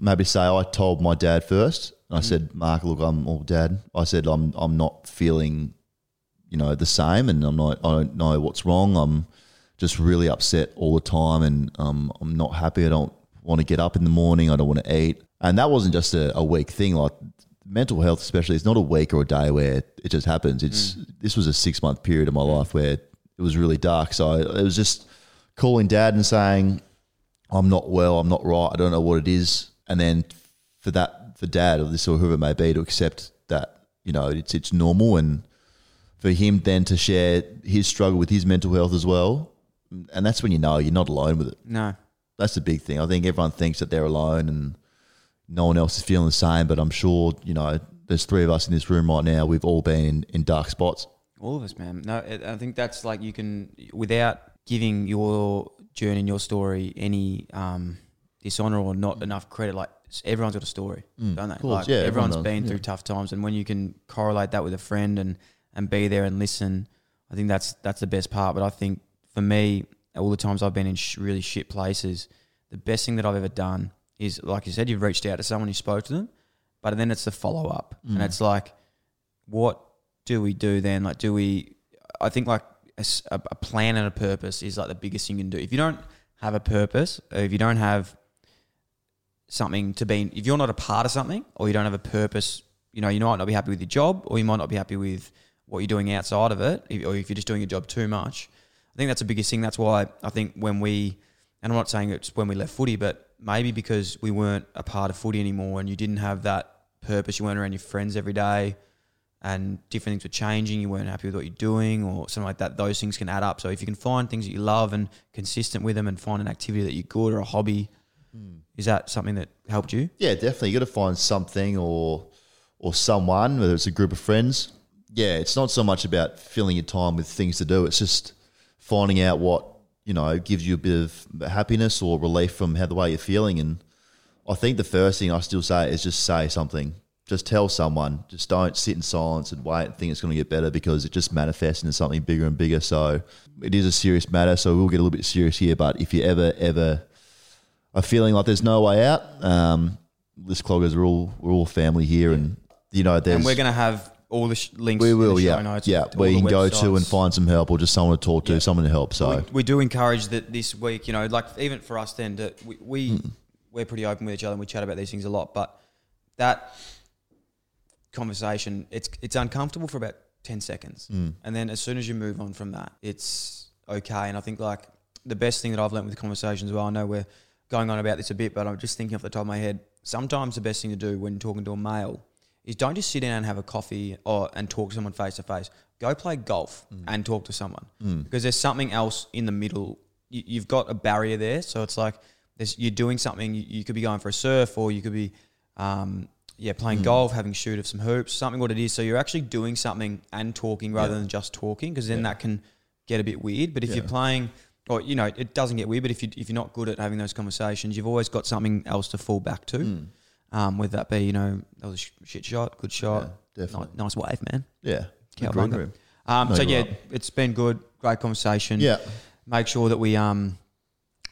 S2: I'm happy to say I told my dad first. And I said, Mark, look, I'm all dad. I said I'm I'm not feeling, you know, the same, and I'm not. I don't know what's wrong. I'm just really upset all the time, and um, I'm not happy. I don't want to get up in the morning. I don't want to eat. And that wasn't just a, a week thing. Like mental health, especially, it's not a week or a day where it just happens. It's this was a six month period of my life where it was really dark. So it was just calling dad and saying, I'm not well, I'm not right, I don't know what it is. And then for that, for dad or this or whoever it may be to accept that, you know, it's, it's normal. And for him then to share his struggle with his mental health as well. And that's when you know you're not alone with it.
S1: No,
S2: That's the big thing. I think everyone thinks that they're alone and no one else is feeling the same. But I'm sure, you know, there's three of us in this room right now. We've all been in, in dark spots.
S1: all of us, man. No, I- I think that's like you can without giving your journey and your story any um, dishonor or not enough credit. Like s- everyone's got a story, don't they?
S2: Mm. course,
S1: like
S2: yeah, everyone
S1: everyone's
S2: does,
S1: been through tough times, and when you can correlate that with a friend and and be there and listen, I think that's that's the best part. But I think for me, all the times I've been in sh- really shit places, the best thing that I've ever done is like you said, you've reached out to someone, you spoke to them, but then it's the follow up,
S2: Mm.
S1: and it's like what do we do then? Like, do we? I think like a, s- a- a plan and a purpose is like the biggest thing you can do. If you don't have a purpose, or if you don't have something to be, if you're not a part of something, or you don't have a purpose, you know, you might not be happy with your job, or you might not be happy with what you're doing outside of it, if, or if you're just doing your job too much. I think that's the biggest thing. That's why I think when we, and I'm not saying it's when we left footy, but maybe because we weren't a part of footy anymore, and you didn't have that purpose, you weren't around your friends every day and different things were changing, you weren't happy with what you're doing or something like that, those things can add up. So if you can find things that you love and consistent with them and find an activity that you're good or a hobby, is that something that helped you?
S2: Yeah, definitely. You got to find something or or someone, whether it's a group of friends. Yeah, it's not so much about filling your time with things to do. It's just finding out what you know gives you a bit of happiness or relief from how the way you're feeling. And I think the first thing I still say is just say something. Just tell someone. Just don't sit in silence and wait and think it's going to get better because it just manifests into something bigger and bigger. So it is a serious matter. So we'll get a little bit serious here. But if you ever ever are feeling like there's no way out, um, list cloggers are all we're all family here, and you know there's
S1: And we're going to have all the sh- links.
S2: we
S1: in the
S2: will
S1: show
S2: yeah
S1: notes,
S2: yeah
S1: to all
S2: where you
S1: the
S2: can go to
S1: websites.
S2: and find some help or just someone to talk to, someone to help. So
S1: we, we do encourage that this week, you know, like even for us then, that we, we
S2: Hmm.
S1: we're pretty open with each other and we chat about these things a lot, but that conversation, it's it's uncomfortable for about ten seconds. And then as soon as you move on from that, it's okay. And I think like the best thing that I've learned with conversations, well, I know we're going on about this a bit, but I'm just thinking off the top of my head, sometimes the best thing to do when talking to a male is don't just sit down and have a coffee or and talk to someone face to face. Go play golf and talk to someone because there's something else in the middle. You, you've got a barrier there, so it's like there's, you're doing something. You, you could be going for a surf, or you could be, um, yeah,
S2: Hmm.
S1: playing golf, having shoot of some hoops, something what it is. So you're actually doing something and talking rather than just talking because then that can get a bit weird. But if you're playing or you know, it doesn't get weird. But if you if you're not good at having those conversations, you've always got something else to fall back to. Um, whether that be you know that was a sh- shit shot, good shot,
S2: Hmm. Yeah, definitely.
S1: Ni- nice wave, man.
S2: Yeah.
S1: Cowabunga. Um,
S2: No,
S1: so
S2: you're
S1: yeah,
S2: right.
S1: it's been good. Great conversation.
S2: Yeah.
S1: Make sure that we um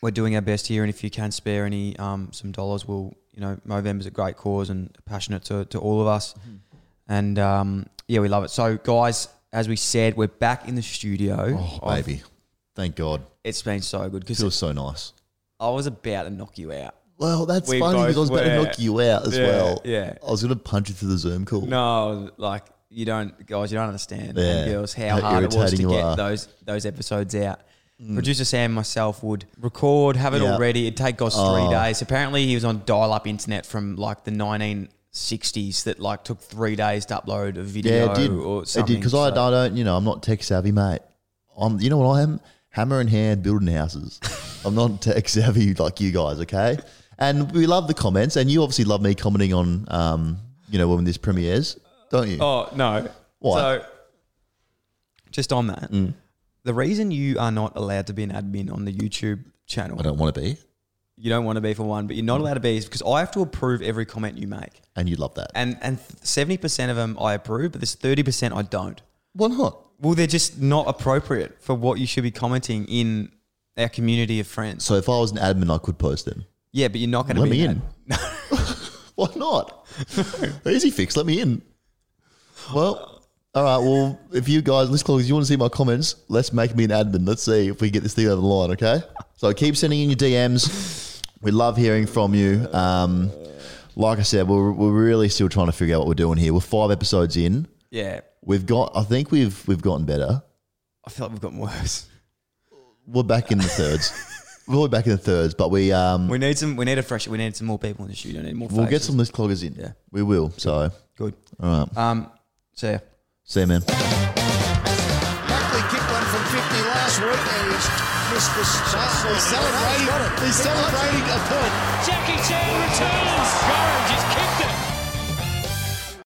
S1: we're doing our best here, and if you can spare any um some dollars, we'll you know Movember's a great cause and passionate to to all of us,
S2: Mm-hmm.
S1: and um yeah, we love it. So guys, as we said, we're back in the studio.
S2: Oh,
S1: I've-
S2: baby. Thank God.
S1: it's been so good because
S2: Feels so nice.
S1: I was about to knock you out.
S2: Well, that's
S1: We
S2: funny
S1: both
S2: because I was about to
S1: were.
S2: knock you out as
S1: Yeah,
S2: well.
S1: yeah.
S2: I was going to punch you through the Zoom call.
S1: No, like you don't, guys. You don't understand,
S2: Yeah.
S1: and girls, how,
S2: How
S1: hard it was to
S2: irritating you
S1: get
S2: are. Mm.
S1: those those episodes out. Producer Sam and myself would record, have it
S2: Yeah. Oh.
S1: all ready. It'd take Goss three days. Apparently, he was on dial-up internet from like the 1960s that like took three days to upload a video
S2: Yeah, it did.
S1: or
S2: It
S1: something.
S2: did because I, I
S1: So-
S2: don't, you know, I'm not tech savvy, mate. I'm, you know what I am? Hammer in hand building houses. I'm not tech savvy like you guys, okay? And we love the comments, and you obviously love me commenting on, um, you know, when this premieres, don't you?
S1: Oh no!
S2: Why?
S1: So, just on that,
S2: Mm.
S1: the reason you are not allowed to be an admin on the YouTube channel,
S2: I don't want to be,
S1: you don't want to be for one, but you're not allowed to be is because I have to approve every comment you make.
S2: and you love that.
S1: and and seventy percent of them I approve, but there's thirty percent I don't.
S2: Why not?
S1: Well, they're just not appropriate for what you should be commenting in our community of friends.
S2: So if I was an admin, I could post them.
S1: yeah, but you're not going to
S2: Let
S1: be
S2: me
S1: that.
S2: in. Why not? Easy fix. Let me in. Well, all right. Well, if you guys, let's close. You want to see my comments? Let's make me an admin. Let's see if we get this thing over the line. Okay. So keep sending in your DMs. We love hearing from you. Um, like I said, we're, we're really still trying to figure out what we're doing here. We're five episodes in.
S1: Yeah,
S2: We've got. I think we've we've gotten better.
S1: I feel like we've gotten worse.
S2: We're back in the thirds. we're back in the thirds, but we um,
S1: We need some. We need a fresh. We need some more people in the studio. We need more.
S2: we'll get
S1: faces.
S2: some list cloggers in.
S1: Yeah.
S2: we will. So
S1: Good.
S2: all right.
S1: Um. So yeah.
S2: See you, man.
S3: Buckley kicked one from 50 last week and he's missed the shot. He's celebrating. He's celebrating a point.
S4: Jackie Chan returns. Gorham just kicked